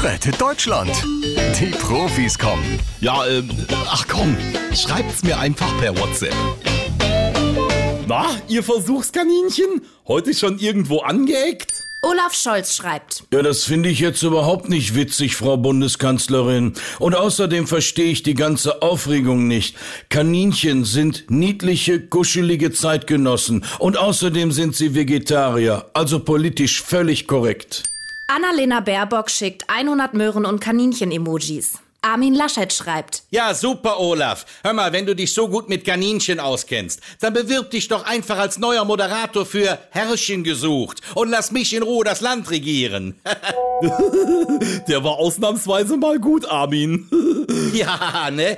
rettet Deutschland. Die Profis kommen. Ja, ähm, ach komm, schreibt's mir einfach per WhatsApp. Na, ihr Versuchskaninchen? Heute schon irgendwo angeeckt? Olaf Scholz schreibt. Ja, das finde ich jetzt überhaupt nicht witzig, Frau Bundeskanzlerin. Und außerdem verstehe ich die ganze Aufregung nicht. Kaninchen sind niedliche, kuschelige Zeitgenossen. Und außerdem sind sie Vegetarier, also politisch völlig korrekt. Annalena Baerbock schickt 100 Möhren- und Kaninchen-Emojis. Armin Laschet schreibt. Ja, super, Olaf. Hör mal, wenn du dich so gut mit Kaninchen auskennst, dann bewirb dich doch einfach als neuer Moderator für Herrchen gesucht und lass mich in Ruhe das Land regieren. Der war ausnahmsweise mal gut, Armin. ja, ne?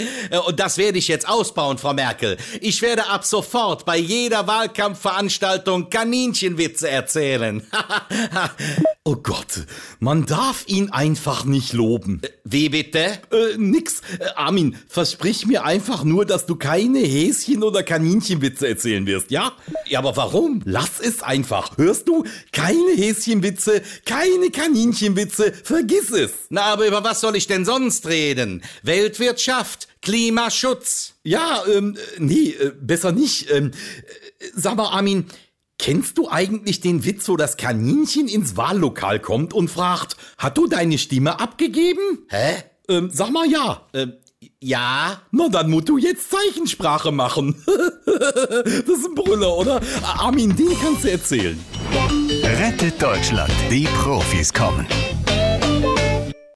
Und das werde ich jetzt ausbauen, Frau Merkel. Ich werde ab sofort bei jeder Wahlkampfveranstaltung Kaninchenwitze erzählen. oh Gott, man darf ihn einfach nicht loben. Wie bitte? Äh, nix. Äh, Armin, versprich mir einfach nur, dass du keine Häschen- oder Kaninchenwitze erzählen wirst, ja? Ja, aber warum? Lass es einfach. Hörst du? Keine Häschenwitze, keine Kaninchenwitze. Vergiss es. Na, aber über was soll ich denn sonst reden? Weltwirtschaft, Klimaschutz. Ja, ähm, nee, äh, besser nicht. Ähm, äh, sag mal, Armin, Kennst du eigentlich den Witz, wo das Kaninchen ins Wahllokal kommt und fragt, hat du deine Stimme abgegeben? Hä? Ähm, sag mal ja. Ähm, ja? Na, dann musst du jetzt Zeichensprache machen. das ist ein Brüller, oder? Armin, den kannst du erzählen. Rettet Deutschland. Die Profis kommen.